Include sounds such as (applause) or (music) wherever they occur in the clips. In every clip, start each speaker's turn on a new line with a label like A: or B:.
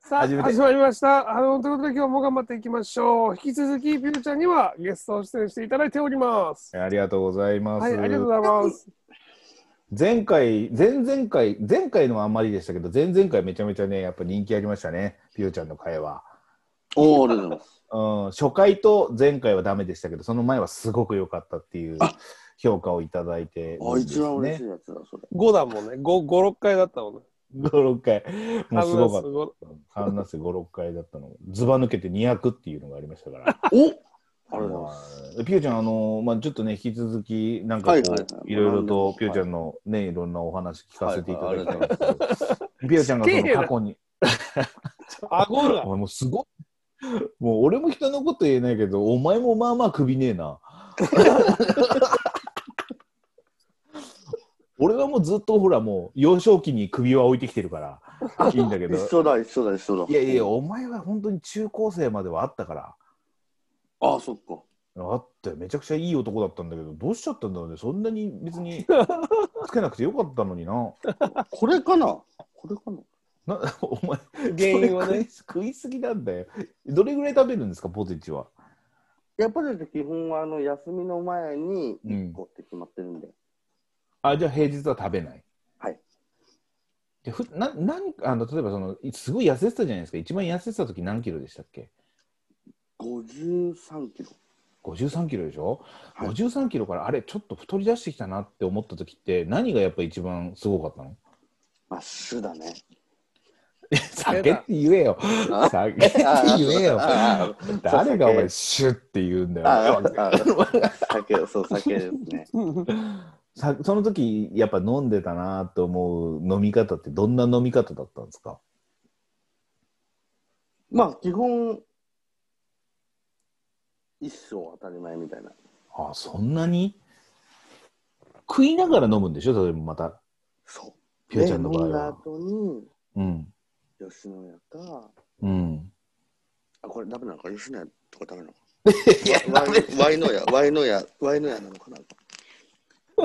A: さあ
B: 初めて
A: 始まりました。あのということで今日も頑張っていきましょう。引き続きピューちゃんにはゲスト出演していただいております。
B: ありがとうございます。
A: はい、ありがとうございます。
B: 前回、前々回、前回のはあんまりでしたけど、前々回めちゃめちゃね、やっぱ人気ありましたね、ピューちゃんの会話。
C: おお、ありがとうございます。
B: うん、初回と前回はダメでしたけど、その前はすごく良かったっていう
C: あ
B: 評価をいただいて、
C: あ、一番嬉しい
B: ね。
C: やつだ、それ。
A: 5だもんね。5、5、6回だったもんね。
B: 5、6回。もうすごかった。
A: っ
B: カンナス5、6回だったの。ズバ抜けて200っていうのがありましたから。
C: おありがとうございます。
B: まあピューちゃん、あのまあ、ちょっとね、引き続き、なんかこう、
C: はいいはいはい
B: ろいろ
C: は
B: と
C: い
B: ピューちゃんのね、いろんなお話聞かせていただいたんですけど、ピューちゃんが
A: す
B: そ
A: げえな
B: の過去に、
A: た。顎が
B: お。前もうすごい、もう俺も人のこと言えないけど、お前もまあまあ首ねえ
C: (laughs)
B: な。俺はもうずっとほら、もう幼少期に首は置いてきてるから、いいんだけ
C: (laughs)
B: ど。
C: 一緒だ、一緒だ、一緒だ。
B: いやいや、お前は本当に中高生まではあったから。
C: ああ、そっか。
B: あってめちゃくちゃいい男だったんだけどどうしちゃったんだろうねそんなに別 (laughs) につけなくてよかったのにな
C: これかなこれかな
B: なお前
A: 原因は
B: そ (laughs) れ
A: ね。
B: 食い食いすぎなんだよどれぐらい食べるんですかポテチは
C: やっぱり基本はあの休みの前に
B: うん
C: 1個って決まってるんで。
B: あじゃあ平日は食べない
C: はい
B: でふな何あの例えばそのいすごい痩せてたじゃないですか一番痩せてた時何キロでしたっけ
C: 53キロ。
B: 53キロでしょ、
C: はい
B: 53キロからあれちょっと太り出してきたなって思った時って何がやっぱ一番すごかったの
C: マッシュだね。
B: (laughs) 酒って言えよ
C: あ
B: 酒って言えよ
C: あ
B: 誰がお前シュッて言うんだ
C: ああ
B: よ。
C: ああ酒、そう、酒ですね。
B: さその時やっぱ飲んでたなと思う飲み方ってどんな飲み方だったんですか
C: まあ、基本、一生当たり前みたいな。
B: あそんなに食いながら飲むんでしょ例えばまた
C: そう。
B: ピューちゃんの場合
C: で飲んだ
B: は。
C: 後に、
B: うん。
C: 吉野家か、
B: うん。
C: あ、これダメなのか、吉野家とかダメ (laughs)
B: いや
C: なのか。ワイワイノヤ、ワイノヤ、ワイノヤなのかな。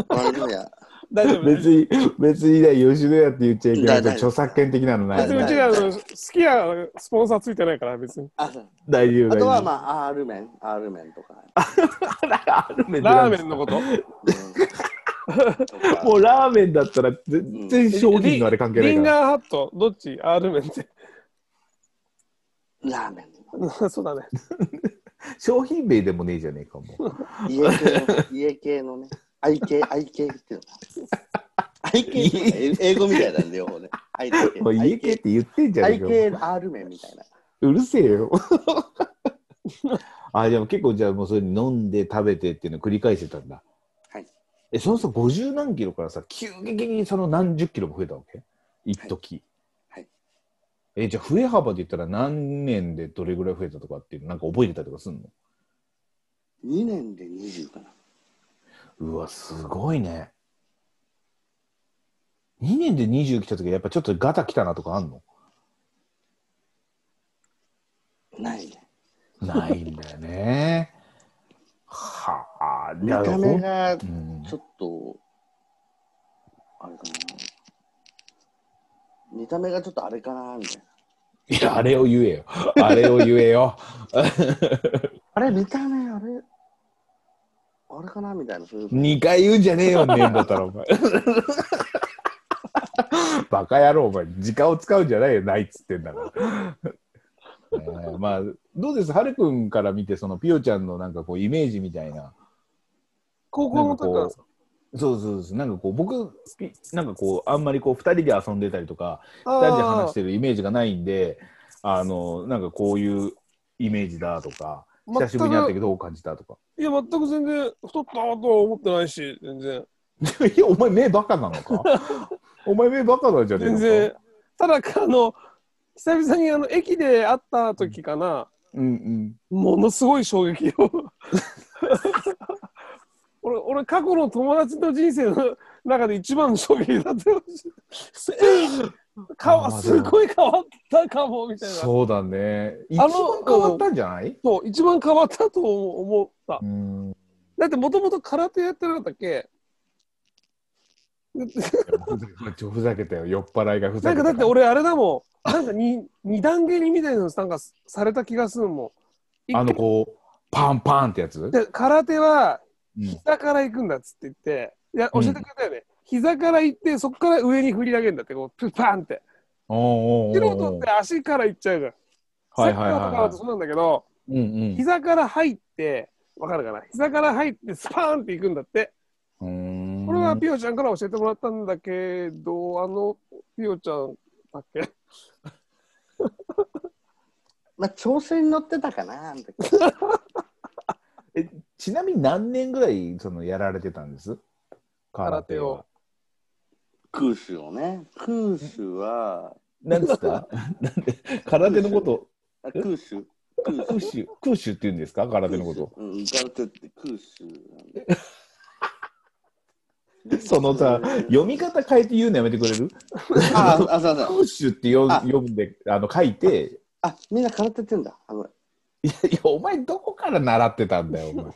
C: ワイノヤ。
A: 大丈夫
B: 別に別にね吉野家って言っちゃいけないと
C: だだ
B: 著作権的なのない
A: 別にう
C: だ
A: ち
C: だ
A: らの好きやスポンサーついてないから別に。
C: あそう
B: 大丈夫
C: あ
B: 大
C: とは
B: 丈
C: まあ、アール麺、アール麺とか。
B: 夫
A: ラーメンのこと。
C: うんとか
B: もうラーメンだったら全然商品のあれ関係な
A: リ
B: い
A: ン
B: から
A: ガーハット、どっちアールメンって。
C: (laughs) ラーメン。
A: (laughs) そうだね。
B: 商品名でもねえじゃねえかも
C: 家系の、家系のね。愛系、愛系っていうの。愛系っていうの英語みたいなんで、両方ね。愛系
B: もう家系って言ってんじゃねえ
C: 愛
B: か
C: 系アール麺みたいな。
B: うるせえよ。 (laughs) あ、でも結構じゃあもうそれに飲んで食べてっていうのを繰り返してたんだ。
C: はい。
B: え、そのさ、50何キロからさ、急激にその何十キロも増えたわけ一時、
C: はいはい
B: え、じゃあ増え幅で言ったら何年でどれぐらい増えたとかっていうのなんか覚えてたりとかすんの
C: 2年で20かな。
B: うわ、すごいね。2年で20来た時はやっぱちょっとガタ来たなとかあん
C: (laughs)
B: の
C: ないね。
B: ないんだよね。はあ、い
C: 見
B: や
C: た目がち
B: うん
C: ょっと、あれかな。見た目がちょっとあれかな、みたいな。
B: いや、あれを言えよ。あれを言えよ。
C: あれ、見た目、あれ、あれかなみたいな、そういう。
B: 2回言うんじゃねえよ、ねえんだったら、お前。 (laughs) バカ野郎、お前。時間を使うんじゃないよ、ないっつってんだから。ねえまあ、どうですはるくんから見て、そのピヨちゃんのなんかこう、イメージみたいな。
A: 高校の時からですか
B: そうそうそう。なんかこう、僕、ピなんかこう、あんまりこう、2人で遊んでたりとか、
A: あ
B: 2人で話し
A: ー
B: てるイメージがないんで、あの、なんかこういうイメージだとか、久しぶりに会ったけどどう感じたとか。
A: いや、全く全然太ったとは思ってないし、全然。
B: いや、お前目バカなのかお前目バカなんじゃねえの
A: 全
B: か
A: 然。ただ、あの、久々にあの駅で会った時かな、
B: うんうん。
A: ものすごい衝撃を。 (laughs) 俺、俺、過去の友達の人生の中で一番の衝撃だったよ。せ
B: まあ
A: か
B: まあ
A: すごい変わったかも、みたいな。
B: そうだね。一
A: あの
B: 番変わったんじゃない
A: そう、一番変わったと思った
B: う。ん。
A: だってもともと空手やってなかったっけ
B: ちょふざけたよ。酔っ払いがふざ
A: なんか
B: けた
A: だって、俺あれだもん。なんかに二段蹴りみたいなのなんかされた気がするもん。
B: あのこう、パンパンってやつ、
A: で空手は
B: うん
A: 膝から行くんだっつって言って、いや教えてくれたよね。膝から行ってそこから上に振り上げるんだってこうプッパンって。
B: お
A: 素
B: ーおーおー
A: 人って足から行っちゃうじゃん。
B: はいはいは
A: サッ
B: い
A: カーとかだとそうなんだけど、
B: うんうん
A: 膝から入って、わかるかな膝から入ってスパーンって行くんだって。
B: うーん。
A: これはピオちゃんから教えてもらったんだけど、あのピオちゃんだっけ
C: まあ、調整に乗ってたかな、あの時
B: ちなみに何年ぐらいそのやられてたんです空手は。
C: 空手をね。空手は、
B: なんつったなんで空手のこと、
C: あ空手
B: ク
C: 空
B: ーシュ、クーシュって言うんですか空手のこと。
C: うん、空手って空 (laughs) 手なんで。
B: そのさ、読み方変えて言うのやめてくれる
C: あ、あ、そうそ
B: ク
C: う。
B: ーシュって読ん
C: あ
B: 読んで、あの、書いて、
C: あ、みんな空手って言うんだ。あの、
B: いや (laughs) いや、お前どこから習ってたんだよ、 (laughs) お前。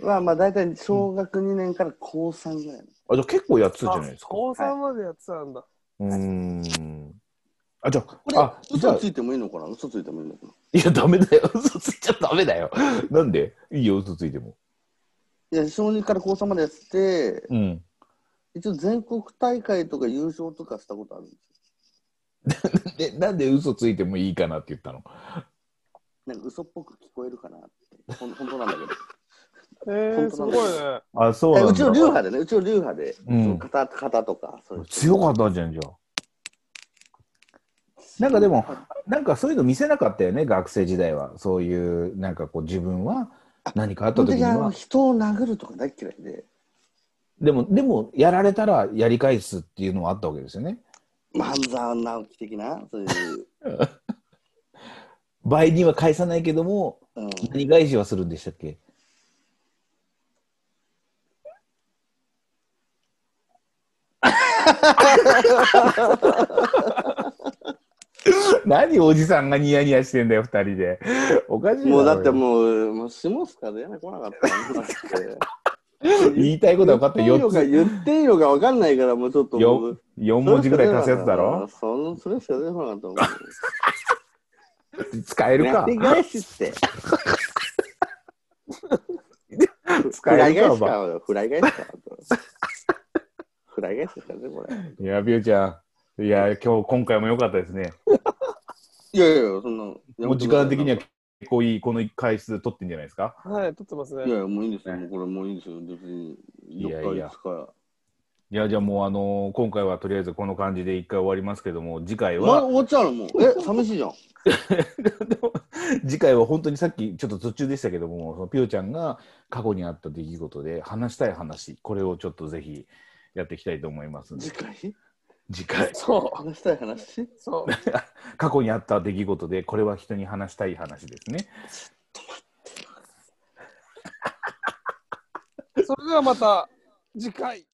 C: まあまあ、大体小学2年から高3ぐらいの。
B: あ、じゃあ結構やってたじゃないですか。
A: 高3までやってたんだ。
B: うーん。あ、じゃあ、
C: こ
B: あ、
C: れ、
B: じゃ
C: 嘘
B: あ
C: つ、いてもいいのかな嘘ついてもいいのかない
B: や、ダメだよ。 (laughs) 嘘ついちゃダメだよ。なんでいいよ、嘘ついても。
C: いや、小2から高3までやってて、
B: うん。
C: 一応全国大会とか優勝とかしたことあるんですよ。
B: で、なんで嘘ついてもいいかなって言ったの
C: なんか嘘っぽく聞こえるかなって。ほん本当なんだ
B: (laughs)
C: けど。
A: えー、すごいね。
B: あ、そう
C: え
B: なんだ。
C: うちの流派でね、うちの流派で、
B: うん
C: その型型とか、そういう。
B: 強かったじゃん、じゃあ。なんかでも、なんかそういうの見せなかったよね、学生時代は。そういう、なんかこう、自分は何かあっ
C: そ
B: た
C: の
B: 時に
C: 時あの
B: は。
C: 人を殴るとか大っ嫌いで、
B: でも、でも、やられたらやり返すっていうのはあったわけですよね。
C: 万沢直樹的な、そういう、
B: 倍には返さ (laughs) ないけども、
C: うん、
B: 何返しはするんでしたっ
C: (laughs)
B: け何おじさんがニヤニヤしてんだよ、二人で。おかしいだろ
C: もうだってもう、もう下須賀でやな来なかったもんだって
B: (laughs) 言いたいことは分かった
C: 言っていいの
B: 4
C: か
B: つ
C: 言っていいのか分かんないから、もうちょっとも
B: よ
C: う。
B: 4文字ぐらい足すやつだろ
C: そのそれしか出てこなかったもん。
B: 使える
C: や
B: か
C: り返しって。フ
B: 使
C: ラ
B: え
C: イ
B: るか
C: 返
B: お
C: し
B: 前
C: かよ。フライ返 (laughs) しかよ。フライ返しかね、これ。
B: いやビューちゃんいや今日今回も良かったですね
C: いやいやいや、そんな。
B: もう時間的には結構いいこの回数取ってんじゃないですか
A: はい、撮ってます
C: いや
A: ね。
C: いや、もういいんですよ。
B: ね
C: もうこれもういいんですよ。別に。
B: いやいや
C: 4日、5日。
B: いやじゃあもうあのー今回はとりあえずこの感じで一回終わりますけども次回
C: お前
B: は
C: 終わっちゃうのもう。え、寂しいじゃ (laughs) ん。
B: 次回は本当にさっきちょっと途中でしたけどもそのピオちゃんが過去にあった出来事で話したい話これをちょっとぜひやっていきたいと思いますんで
C: 次回
B: 次回
A: そ
C: 話したい話
A: う、そう。
B: 過去にあった出来事でこれは人に話したい話ですね
A: それではまた次回。